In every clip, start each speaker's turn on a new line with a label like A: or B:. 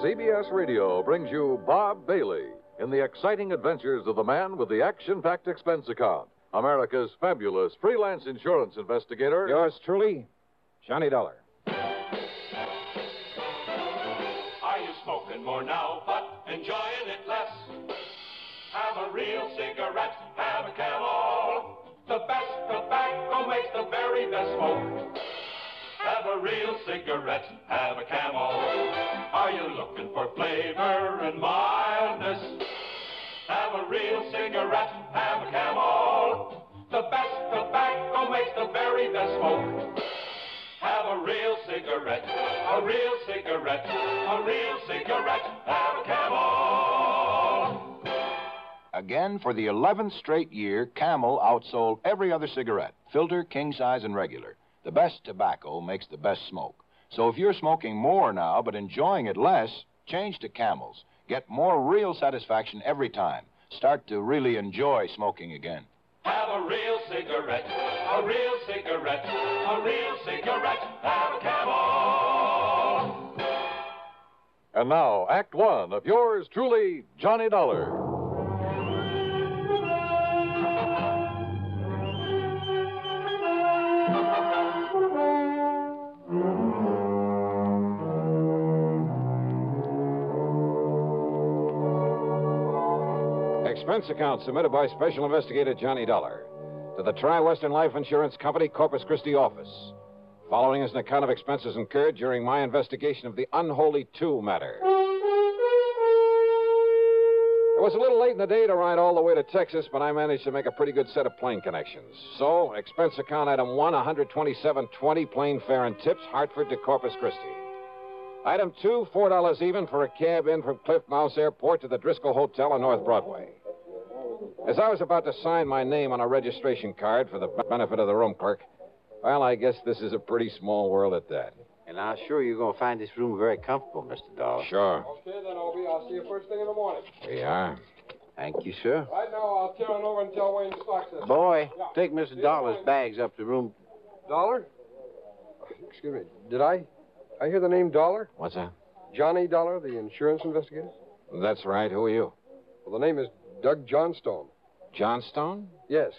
A: CBS Radio brings you Bob Bailey in the exciting adventures of the man with the action packed expense account, America's fabulous freelance insurance investigator.
B: Yours truly, Johnny Dollar.
C: Are you smoking more now, but enjoying it less? Have a real cigarette, have a Camel. The best tobacco makes the very best smoke. Have a real cigarette, have a Camel. Are you looking for flavor and mildness? Have a real cigarette, have a Camel. The best tobacco makes the very best smoke. Have a real cigarette, a real cigarette, a real cigarette, have a Camel.
D: Again, for the 11th straight year, Camel outsold every other cigarette, filter, king size, and regular. The best tobacco makes the best smoke. So if you're smoking more now but enjoying it less, change to Camels. Get more real satisfaction every time. Start to really enjoy smoking again.
C: Have a real cigarette, a real cigarette, a real cigarette, have a Camel.
A: And now, Act One of yours truly, Johnny Dollar.
B: Expense account submitted by Special Investigator Johnny Dollar to the Tri Western Life Insurance Company Corpus Christi office. Following is an account of expenses incurred during my investigation of the Unholy Two matter. It was a little late in the day to ride all the way to Texas, but I managed to make a pretty good set of plane connections. So, expense account item one, 127.20, plane fare and tips, Hartford to Corpus Christi. Item two, $4 even for a cab in from Cliff Mouse Airport to the Driscoll Hotel on North Broadway. As I was about to sign my name on a registration card for the benefit of the room clerk, well, I guess this is a pretty small world at that.
E: And I'm sure you're going to find this room very comfortable, Mr. Dollar.
B: Sure.
F: Okay, then, Obie, I'll see you first thing in the morning.
B: We are.
E: Thank you, sir.
F: Right now, I'll tear on over and tell Wayne Fox this.
E: Boy,
F: Yeah.
E: take Mr. Dollar's bags up to room.
F: Dollar? Excuse me, did I? I hear the name Dollar?
E: What's that?
F: Johnny Dollar, the insurance investigator?
B: That's right. Who are you?
F: Well, the name is Doug Johnstone.
B: Johnstone?
F: Yes.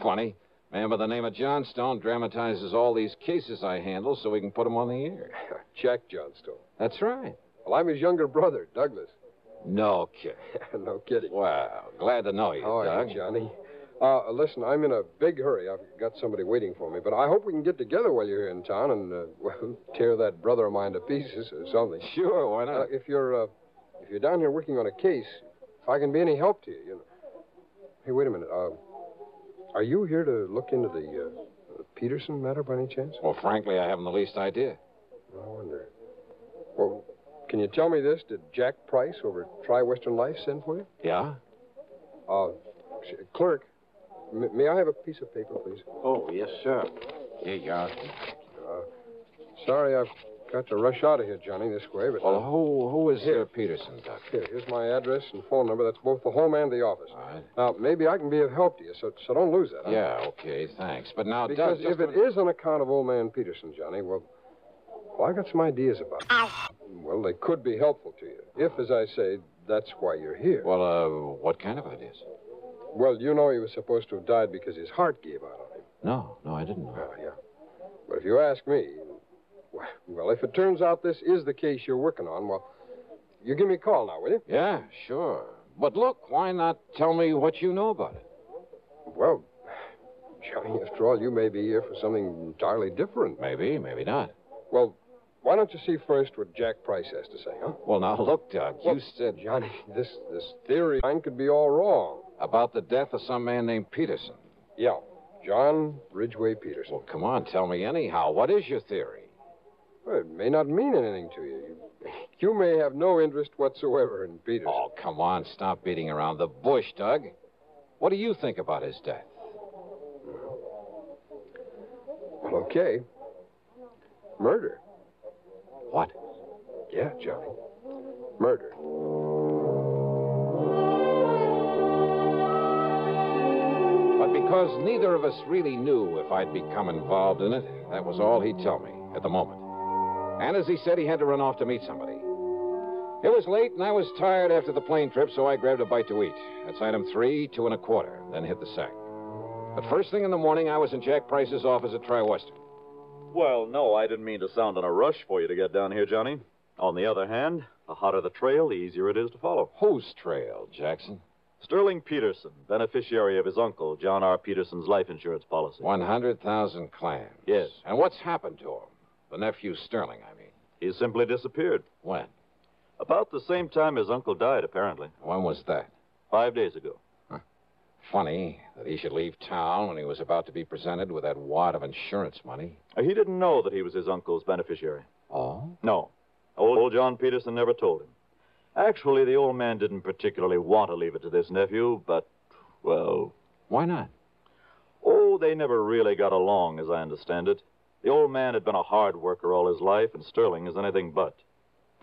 B: Funny. Man by the name of Johnstone dramatizes all these cases I handle so we can put them on the air.
F: Jack Johnstone.
B: That's right.
F: Well, I'm his younger brother, Douglas.
B: No kid.
F: no kidding.
B: Wow. Glad to know you,
F: How are
B: Doug.
F: you, Johnny? Uh, listen, I'm in a big hurry. I've got somebody waiting for me, but I hope we can get together while you're here in town and uh, well, tear that brother of mine to pieces or something.
B: Sure, why not?
F: Uh, if you're uh, if you're down here working on a case, if I can be any help to you, you know. Hey, wait a minute. Uh, are you here to look into the uh, Peterson matter by any chance?
B: well, frankly, I haven't the least idea.
F: I wonder. Well, can you tell me this? Did Jack Price over at Tri Western Life send for you?
B: Yeah?
F: Uh, Sh- Clerk, m- may I have a piece of paper, please?
E: Oh, yes, sir. Here you are.
F: Uh, sorry I've got to rush out of here, Johnny, this way, but...
B: Well, who who is
F: Here.
B: uh, Peterson, Doc?
F: Here, here's my address and phone number. That's both the home and the office.
B: All right.
F: Now, maybe I can be of help to you, so, so don't lose that. huh?
B: Uh, Yeah, okay, thanks. But now,
F: Because
B: Doc,
F: if it is on account of old man Peterson, Johnny, well, well, I got some ideas about it. Well, they could be helpful to you. If, as I say, that's why you're here.
B: Well, uh, what kind of ideas?
F: Well, you know he was supposed to have died because his heart gave out on him.
B: No, no, I didn't know.
F: yeah. But if you ask me, well- well, if it turns out this is the case you're working on, well, you give me a call now, will you?
B: Yeah, sure. But look, why not tell me what you know about it?
F: Well, Johnny, after all, you may be here for something entirely different.
B: Maybe, maybe not.
F: Well, why don't you see first what Jack Price has to say, huh?
B: Well, now, look, Doc, you
F: Well,
B: said
F: Johnny, this this theory of mine could be all wrong.
B: about the death of some man named Peterson.
F: Yeah, John Ridgway Peterson.
B: Well, come on, tell me anyhow. What is your theory?
F: Well, it may not mean anything to you. You, you may have no interest whatsoever in Peterson.
B: Oh, come on, stop beating around the bush, Doug. What do you think about his death?
F: Well, okay. Murder.
B: What?
F: Yeah, Johnny. Murder.
B: But because neither of us really knew if I'd become involved in it, that was all he'd tell me at the moment. And as he said, he had to run off to meet somebody. It was late, and I was tired after the plane trip, so I grabbed a bite to eat. That's item three, two and a quarter, then hit the sack. But first thing in the morning, I was in Jack Price's office at Tri-Western.
G: Well, no, I didn't mean to sound in a rush for you to get down here, Johnny. On the other hand, the hotter the trail, the easier it is to follow.
B: Whose trail, Jackson?
G: Sterling Peterson, beneficiary of his uncle, John R. Peterson's life insurance policy.
B: 100,000 clams.
G: Yes.
B: And what's happened to him? The nephew Sterling, I mean.
G: He simply disappeared.
B: When?
G: About the same time his uncle died, apparently.
B: When was that?
G: Five days ago.
B: Funny that he should leave town when he was about to be presented with that wad of insurance money.
G: Uh, He didn't know that he was his uncle's beneficiary.
B: Oh?
G: No. Old, old John Peterson never told him. Actually, the old man didn't particularly want to leave it to this nephew, but, well,
B: Why not?
G: Oh, they never really got along, as I understand it. The old man had been a hard worker all his life, and Sterling is anything but.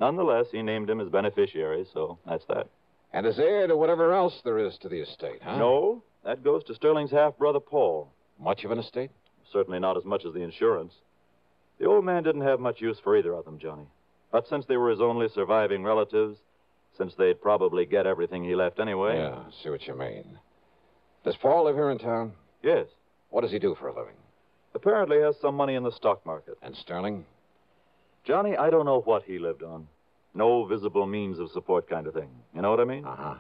G: Nonetheless, he named him his beneficiary, so that's that.
B: And as heir to whatever else there is to the estate, huh?
G: No, that goes to Sterling's half brother, Paul.
B: Much of an estate?
G: Certainly not as much as the insurance. The old man didn't have much use for either of them, Johnny. But since they were his only surviving relatives, since they'd probably get everything he left anyway.
B: Yeah, I see what you mean. Does Paul live here in town?
G: Yes.
B: What does he do for a living?
G: Apparently has some money in the stock market.
B: And Sterling?
G: Johnny, I don't know what he lived on. No visible means of support kind of thing. You know what I mean?
B: huh.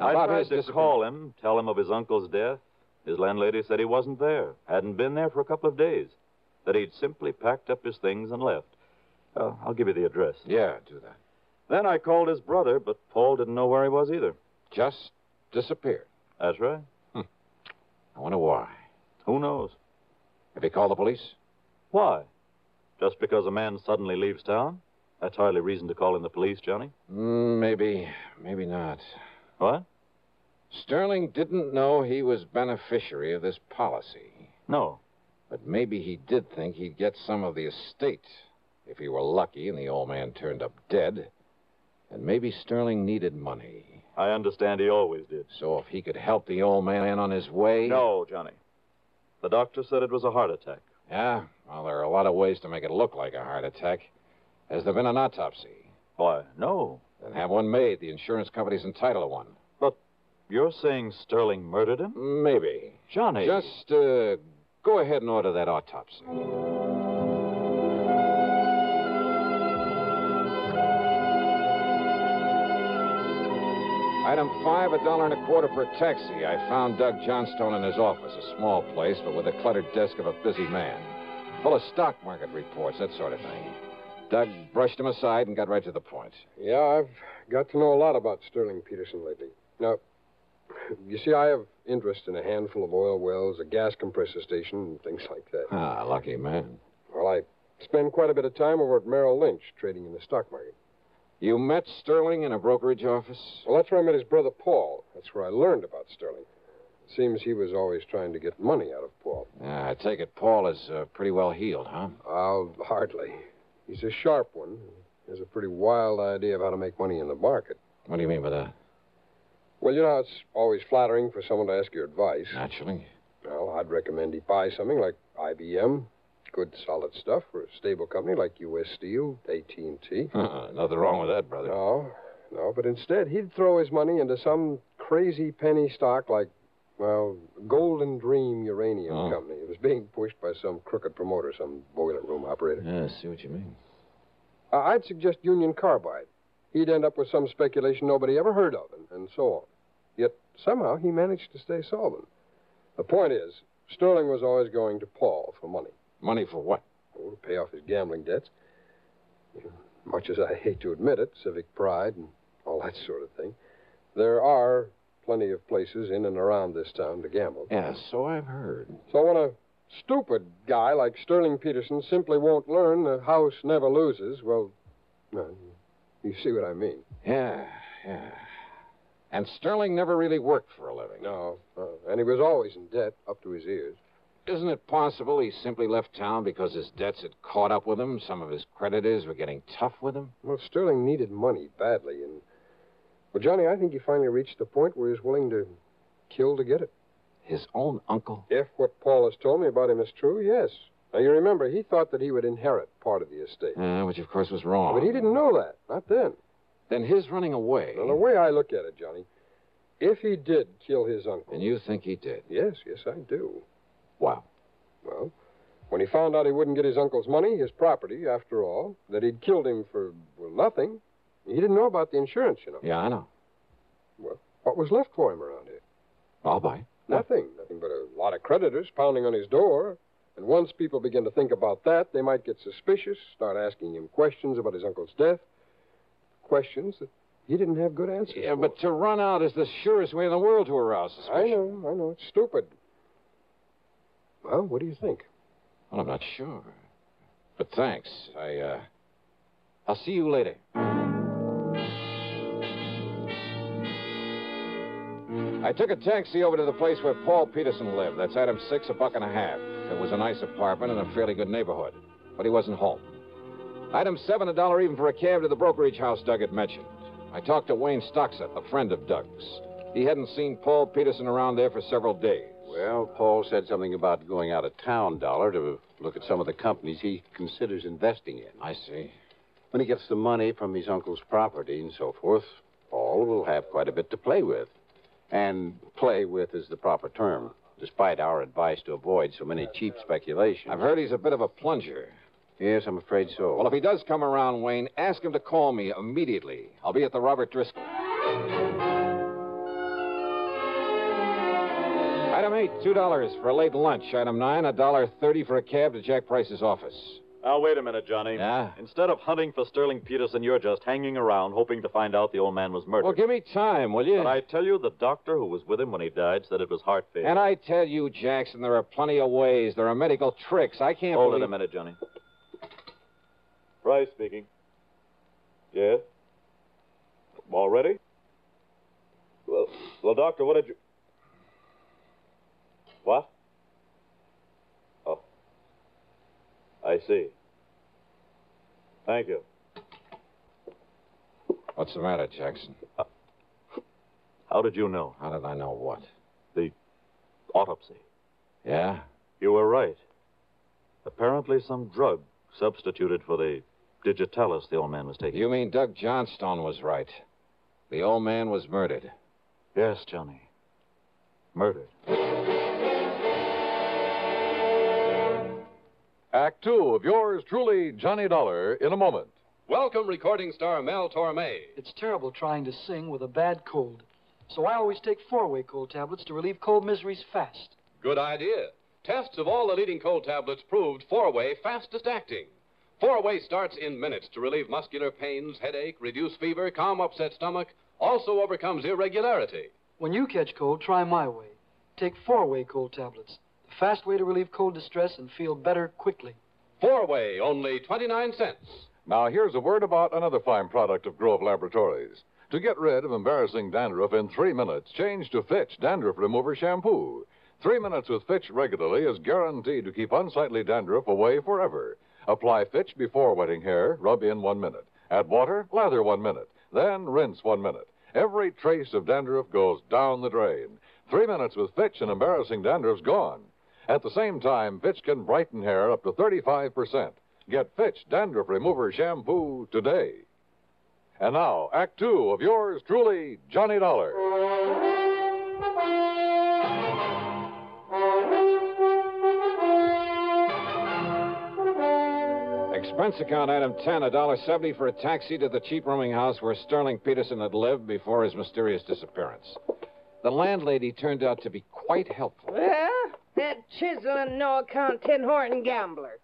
G: I tried to call him, tell him of his uncle's death. His landlady said he wasn't there, hadn't been there for a couple of days, that he'd simply packed up his things and left. Uh, I'll give you the address.
B: Yeah, do that.
G: Then I called his brother, but Paul didn't know where he was either.
B: Just disappeared.
G: That's right.
B: I wonder why.
G: Who knows?
B: Have you called the police?
G: Why? Just because a man suddenly leaves town? That's hardly reason to call in the police, Johnny.
B: Mm, maybe, maybe not.
G: What?
B: Sterling didn't know he was beneficiary of this policy,
G: No.
B: but maybe he did think he'd get some of the estate if he were lucky and the old man turned up dead. And maybe Sterling needed money,
G: I understand he always did.
B: so if he could help the old man on his way.
G: No, Oh, Johnny. The doctor said it was a heart attack.
B: Yeah, well, there are a lot of ways to make it look like a heart attack. Has there been an autopsy?
G: Why, no.
B: Then have one made. The insurance company's entitled to one.
G: You're saying Sterling murdered him?
B: Maybe.
G: Johnny.
B: Just uh, go ahead and order that autopsy. Item five, a dollar and a quarter for a taxi. I found Doug Johnstone in his office, a small place, but with a cluttered desk of a busy man. Full of stock market reports, that sort of thing. Doug brushed him aside and got right to the point.
F: Yeah, I've got to know a lot about Sterling Peterson lately. Now, you see, I have interest in a handful of oil wells, a gas compressor station, and things like that.
B: Ah, lucky man.
F: Well, I spend quite a bit of time over at Merrill Lynch trading in the stock market.
B: You met Sterling in a brokerage office?
F: Well, that's where I met his brother Paul. That's where I learned about Sterling. Seems he was always trying to get money out of Paul.
B: Yeah, Ah, I take it Paul is uh, pretty well healed, huh?
F: Uh, hardly. He's a sharp one. He has a pretty wild idea of how to make money in the market.
B: What do you mean by that?
F: Well, you know, it's always flattering for someone to ask your advice.
B: Naturally.
F: Well, I'd recommend he buy something like IBM, good solid stuff for a stable company like U.S. Steel, AT&T.
B: Nothing wrong with that, brother. Ah,
F: No, no, but instead he'd throw his money into some crazy penny stock like, well, Golden Dream Uranium
B: Oh.
F: Company. It was being pushed by some crooked promoter, some boiler room operator.
B: Yeah, I see what you mean.
F: Uh, I'd suggest Union Carbide. He'd end up with some speculation nobody ever heard of, and, and so on. Yet somehow he managed to stay solvent. The point is, Sterling was always going to Paul for money.
B: Money for what?
F: Oh, to pay off his gambling debts. Much as I hate to admit it, civic pride and all that sort of thing. There are plenty of places in and around this town to gamble.
B: Yeah, so I've heard.
F: So when a stupid guy like Sterling Peterson simply won't learn the house never loses, well, well, you see what I mean.
B: Yeah, yeah. And Sterling never really worked for a living.
F: No, no. And he was always in debt, up to his ears.
B: Isn't it possible he simply left town because his debts had caught up with him? Some of his creditors were getting tough with him?
F: Well, Sterling needed money badly, and well, Johnny, I think he finally reached the point where he's willing to kill to get it.
B: His own uncle?
F: If what Paul has told me about him is true, yes. Now, you remember, he thought that he would inherit part of the estate.
B: Yeah, Ah, which of course was wrong.
F: But he didn't know that, not then.
B: Then his running away.
F: Now, the way I look at it, Johnny, if he did kill his uncle.
B: And you think he did?
F: Yes, yes, I do.
B: Wow.
F: Well, when he found out he wouldn't get his uncle's money, his property, after all, that he'd killed him for, well, nothing, he didn't know about the insurance, you know.
B: Yeah, I know.
F: What was left for him around here?
B: I'll buy.
F: Nothing. Nothing but a lot of creditors pounding on his door. And once people begin to think about that, they might get suspicious, start asking him questions about his uncle's death. Questions that he didn't have good answers
B: Yeah,
F: for.
B: but to run out is the surest way in the world to arouse suspicion.
F: I know, I know. It's stupid. Well, what do you think?
B: Well, I'm not sure. But thanks. I, uh. I'll see you later. I took a taxi over to the place where Paul Peterson lived. That's item six, a buck and a half. It was a nice apartment in a fairly good neighborhood, but he wasn't home. Item seven, a dollar even for a cab to the brokerage house Doug had mentioned. I talked to Wayne Stockset, a friend of Doug's. He hadn't seen Paul Peterson around there for several days.
E: Well, Paul said something about going out of town, Dollar, to look at some of the companies he considers investing in.
B: I see.
E: When he gets the money from his uncle's property and so forth, Paul will have quite a bit to play with. And play with is the proper term, despite our advice to avoid so many cheap speculations.
B: I've heard he's a bit of a plunger.
E: Yes, I'm afraid so.
B: Well, if he does come around, Wayne, ask him to call me immediately. I'll be at the Robert Driscoll. Item eight, two dollars for a late lunch. Item nine, a dollar thirty for a cab to Jack Price's office.
G: Now, wait a minute, Johnny.
B: Yeah?
G: Instead of hunting for Sterling Peterson, you're just hanging around hoping to find out the old man was murdered.
B: Well, give me time, will you?
G: But I tell you, the doctor who was with him when he died said it was heart failure.
B: And I tell you, Jackson, there are plenty of ways. There are medical tricks. I can't
G: Hold
B: believe.
G: it a minute, Johnny. Price speaking. Yes? Already? Well, well, doctor, what did you... What? Oh. I see. Thank you.
B: What's the matter, Jackson?
G: How did you know?
B: How did I know what?
G: Autopsy.
B: Yeah?
G: You were right. Apparently some drug substituted for the digitalis the old man was taking.
B: You mean Doug Johnstone was right? The old man was murdered.
G: Yes, Johnny. Murdered.
A: Act two of yours truly, Johnny Dollar, in a moment.
B: Welcome, recording star Mel Torme.
H: It's terrible trying to sing with a bad cold. So I always take four-way cold tablets to relieve cold miseries fast.
I: Good idea. Tests of all the leading cold tablets proved four way fastest acting. Four way starts in minutes to relieve muscular pains, headache, reduce fever, calm upset stomach, also overcomes irregularity.
H: When you catch cold, try my way. Take four-way cold tablets, the fast way to relieve cold distress and feel better quickly.
I: Four way, only 29 cents.
A: Now, here's a word about another fine product of Grove Laboratories. To get rid of embarrassing dandruff in three minutes, change to Fitch Dandruff Remover Shampoo. Three minutes with Fitch regularly is guaranteed to keep unsightly dandruff away forever. Apply Fitch before wetting hair, rub in one minute. Add water, lather one minute, then rinse one minute. Every trace of dandruff goes down the drain. Three minutes with Fitch and embarrassing dandruff's gone. At the same time, Fitch can brighten hair up to 35%. Get Fitch Dandruff Remover Shampoo today. And now, Act Two of yours truly, Johnny Dollar.
B: Expense account item 10, $1.70 for a taxi to the cheap rooming house where Sterling Peterson had lived before his mysterious disappearance. The landlady turned out to be quite helpful.
J: Well, that chiseling no account tin horn gambler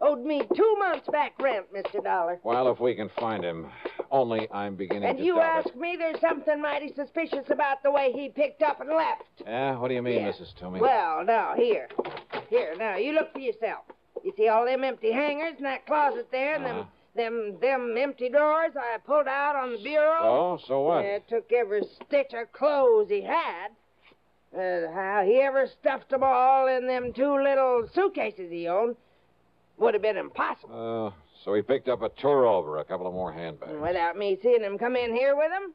J: owed me two months back rent, Mr. Dollar.
B: Well, if we can find him. Only I'm beginning
J: And
B: to
J: you
B: doubt
J: ask me there's something mighty suspicious about the way he picked up and left.
B: it. Yeah, Eh, what do you mean, Mrs. Toomey?
J: Well, now, here. Here, now, you look for yourself. You see all them empty hangers in that closet there, and
B: Uh-huh.
J: them, them, them empty drawers I pulled out on the bureau?
B: Oh, so what?
J: Yeah, took every stitch of clothes he had. Uh, how he ever stuffed them all in them two little suitcases he owned would have been impossible
B: Uh, so he picked up a tour over, a couple of more handbags.
J: without me seeing him come in here with him.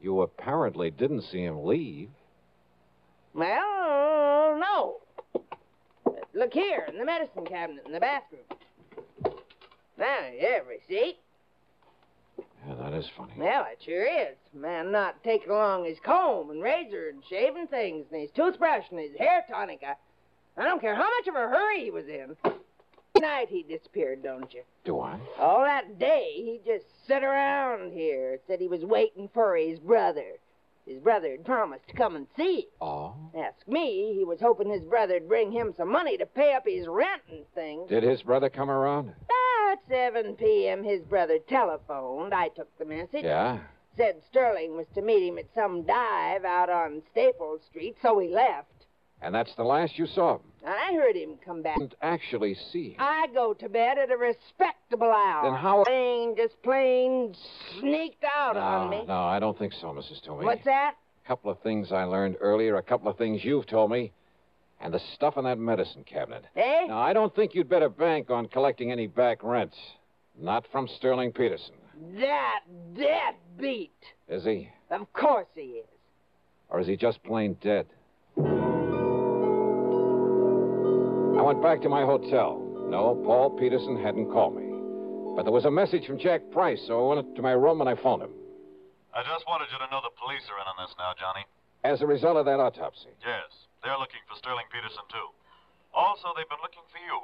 B: You apparently didn't see him leave.
J: Well, no. But look here, in the medicine cabinet in the bathroom. Now, every seat.
B: Yeah, that is funny.
J: Well, it sure is. Man not taking along his comb and razor and shaving things and his toothbrush and his hair tonic. I, I don't care how much of a hurry he was in. Night he disappeared, don't you?
B: Do I?
J: All that day he just sit around here. Said he was waiting for his brother. His brother had promised to come and see
B: Oh.
J: him. Ask me, he was hoping his brother'd bring him some money to pay up his rent and things.
B: Did his brother come around?
J: About 7 p.m., his brother telephoned. I took the message.
B: Yeah.
J: Said Sterling was to meet him at some dive out on Staples Street, so he left.
B: And that's the last you saw of him.
J: I heard him come back.
B: Didn't actually see him.
J: I go to bed at a respectable hour.
B: Then how-
J: Plain, just plain sneaked out on
B: no,
J: me.
B: no, I don't think so, Mrs. Toomey.
J: What's that?
B: A couple of things I learned earlier, a couple of things you've told me, and the stuff in that medicine cabinet.
J: Eh?
B: Now, I don't think you'd better bank on collecting any back rent. Not from Sterling Peterson,
J: That, that beat.
B: is he?
J: Of course he is.
B: Or is he just plain dead? I went back to my hotel. No, Paul Peterson hadn't called me. But there was a message from Jack Price, so I went up to my room and I phoned him.
G: I just wanted you to know the police are in on this now, Johnny.
B: As a result of that autopsy.
G: Yes, they're looking for Sterling Peterson, too. Also, they've been looking for you.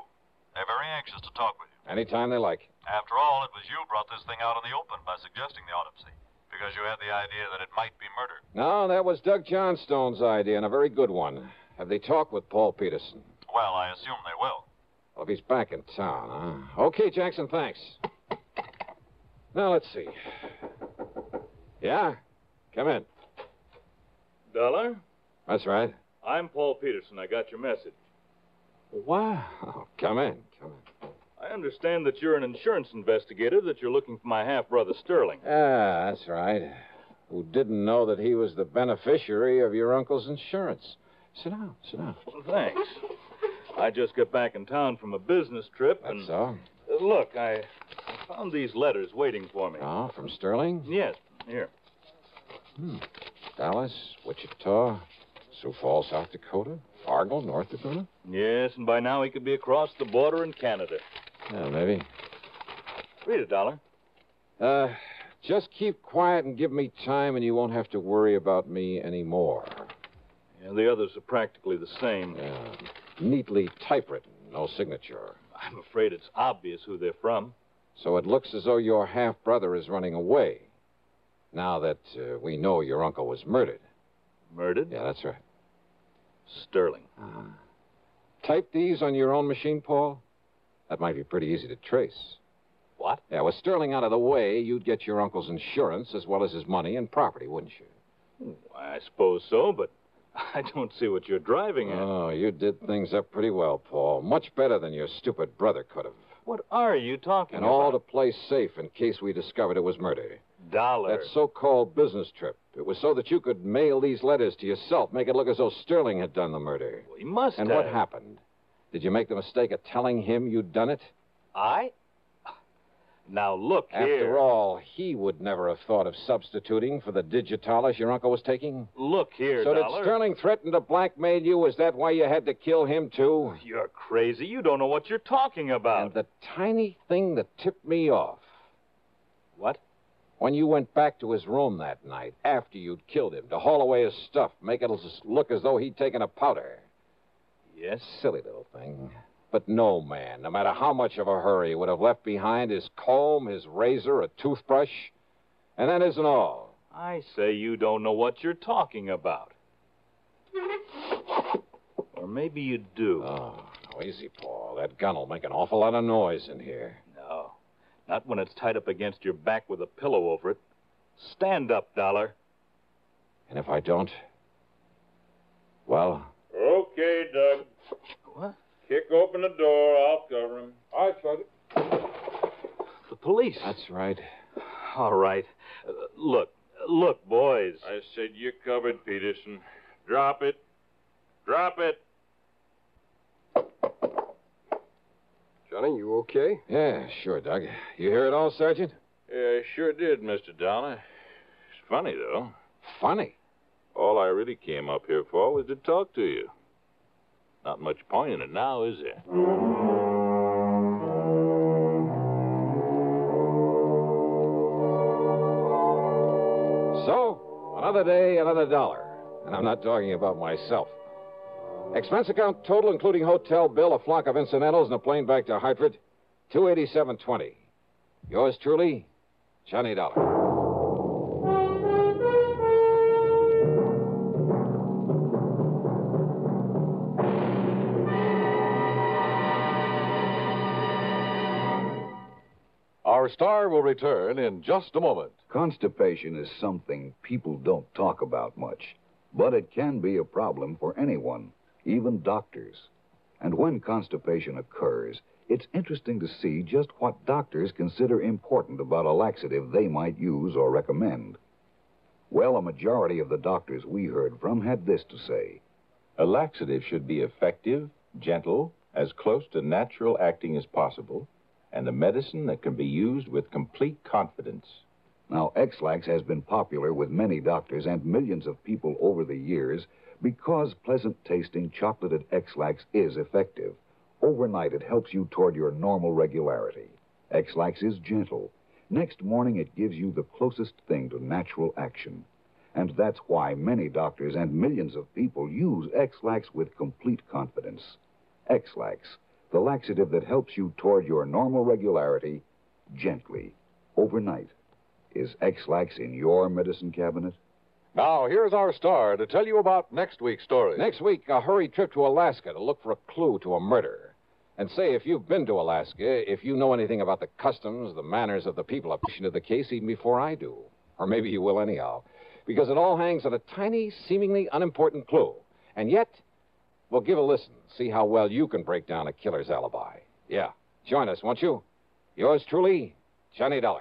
G: They're very anxious to talk with you.
B: Anytime they like.
G: After all, it was you brought this thing out in the open by suggesting the autopsy, because you had the idea that it might be murder.
B: No, that was Doug Johnstone's idea, and a very good one. Have they talked with Paul Peterson?
G: Well, I assume they will.
B: Well, if he's back in town, huh? Okay, Jackson, thanks. Now, let's see. Yeah? Come in.
K: Dollar?
B: That's right.
K: I'm Paul Peterson. I got your message.
B: Wow. Oh, Come in.
K: I understand that you're an insurance investigator, that you're looking for my half brother Sterling.
B: Ah, that's right. Who didn't know that he was the beneficiary of your uncle's insurance? Sit down, sit down.
K: Thanks. I just got back in town from a business trip, and.
B: That's all.
K: Uh, Look, I I found these letters waiting for
G: Uh.
K: me.
B: Oh, from Sterling?
K: Yes, here.
B: Hmm. Dallas, Wichita, Sioux Falls, South Dakota, Fargo, North Dakota?
K: Yes, and by now he could be across the border in Canada.
B: Yeah, maybe.
K: Read it, Dollar.
B: Uh, just keep quiet and give me time, and you won't have to worry about me anymore.
K: Yeah, the others are practically the same.
B: Yeah. Neatly typewritten, no signature.
K: I'm afraid it's obvious who they're from.
B: So it looks as though your half brother is running away. Now that uh, we know your uncle was murdered.
K: Murdered?
B: Yeah, that's right.
K: Sterling.
B: Type these on your own machine, Paul? That might be pretty easy to trace.
K: What?
B: Yeah, with Sterling out of the way, you'd get your uncle's insurance as well as his money and property, wouldn't you?
K: I suppose so, but I don't see what you're driving at.
B: Oh, you did things up pretty well, Paul. Much better than your stupid brother could have.
K: What are you talking
B: And
K: about?
B: all to play safe in case we discovered it was murder.
G: dollar.
B: That so called business trip. It was so that you could mail these letters to yourself, make it look as though Sterling had done the murder.
G: Well, he must
B: And
G: have.
B: what happened? Did you make the mistake of telling him you'd done it?
G: I? Now look
B: After
G: here.
B: all, he would never have thought of substituting for the digitalis your uncle was taking.
G: Look here,
B: so
G: dollar.
B: did Sterling threaten to blackmail you? Is that why you had to kill him too?
G: You're crazy. You don't know what you're talking about.
B: And the tiny thing that tipped me off.
G: What?
B: When you went back to his room that night after you'd killed him to haul away his stuff, make it s- look as though he'd taken a powder.
G: Yes?
B: Silly little thing. But no man, no matter how much of a hurry, would have left behind his comb, his razor, a toothbrush. And that isn't all.
G: I say you don't know what you're talking about. Or maybe you do.
B: Oh, now easy, Paul. That gun'll make an awful lot of noise in here.
G: No. Not when it's tied up against your back with a pillow over it. Stand up, Dollar.
B: And if I don't? Well,
K: Okay, Doug.
G: What?
K: Kick open the door. I'll cover him. I shut it.
G: The police.
B: that's right.
G: All right. Uh, look, look, boys.
K: I said you're covered, Peterson. Drop it. Drop it.
F: Johnny, you okay?
B: Yeah, sure, Doug. You hear it all, Sergeant?
K: Yeah, I sure did, Mr. Dollar. It's funny, though.
B: Funny.
K: All I really came up here for was to talk to you. Not much point in it now, is there?
B: So, another day, another dollar. And I'm not talking about myself. Expense account total, including hotel bill, a flock of incidentals, and a plane back to Hartford, 28720. Yours truly, Johnny Dollar.
A: Our star will return in just a moment.
L: Constipation is something people don't talk about much, but it can be a problem for anyone, even doctors. And when constipation occurs, it's interesting to see just what doctors consider important about a laxative they might use or recommend. Well, a majority of the doctors we heard from had this to say.
D: A laxative should be effective, gentle, as close to natural acting as possible, and a medicine that can be used with complete confidence.
L: Now, X-Lax has been popular with many doctors and millions of people over the years because pleasant tasting chocolated X-Lax is effective. Overnight, it helps you toward your normal regularity. X-Lax is gentle. Next morning, it gives you the closest thing to natural action. And that's why many doctors and millions of people use X-Lax with complete confidence. X-Lax, the laxative that helps you toward your normal regularity gently, overnight. Is X-Lax in your medicine cabinet?
A: Now, here's our star to tell you about next week's story.
B: Next week, a hurried trip to Alaska to look for a clue to a murder. And say, if you've been to Alaska, if you know anything about the customs, the manners of the people, a portion of the case even before I do. Or maybe you will anyhow. Because it all hangs on a tiny, seemingly unimportant clue. And yet, well, give a listen. See how well you can break down a killer's alibi. Yeah. Join us, won't you? Yours truly, Johnny Dollar.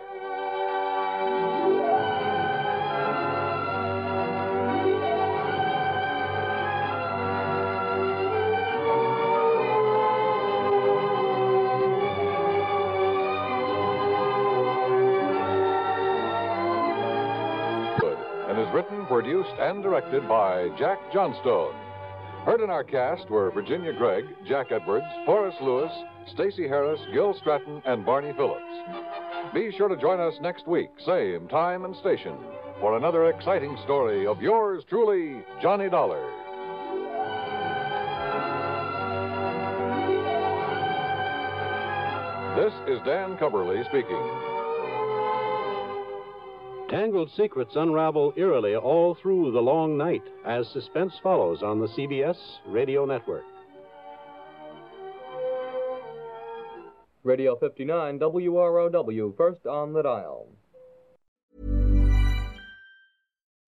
A: and is written, produced, and directed by Jack Johnstone. Heard in our cast were Virginia Gregg, Jack Edwards, Forrest Lewis, Stacy Harris, Gil Stratton, and Barney Phillips. Be sure to join us next week, same time and station, for another exciting story of yours truly, Johnny Dollar. This is Dan Coverly speaking.
M: Tangled secrets unravel eerily all through the long night as suspense follows on the CBS radio network.
N: Radio 59 WROW, first on the dial.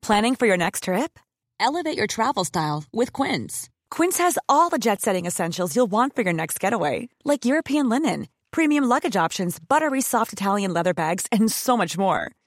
O: Planning for your next trip? Elevate your travel style with Quince. Quince has all the jet setting essentials you'll want for your next getaway, like European linen, premium luggage options, buttery soft Italian leather bags, and so much more.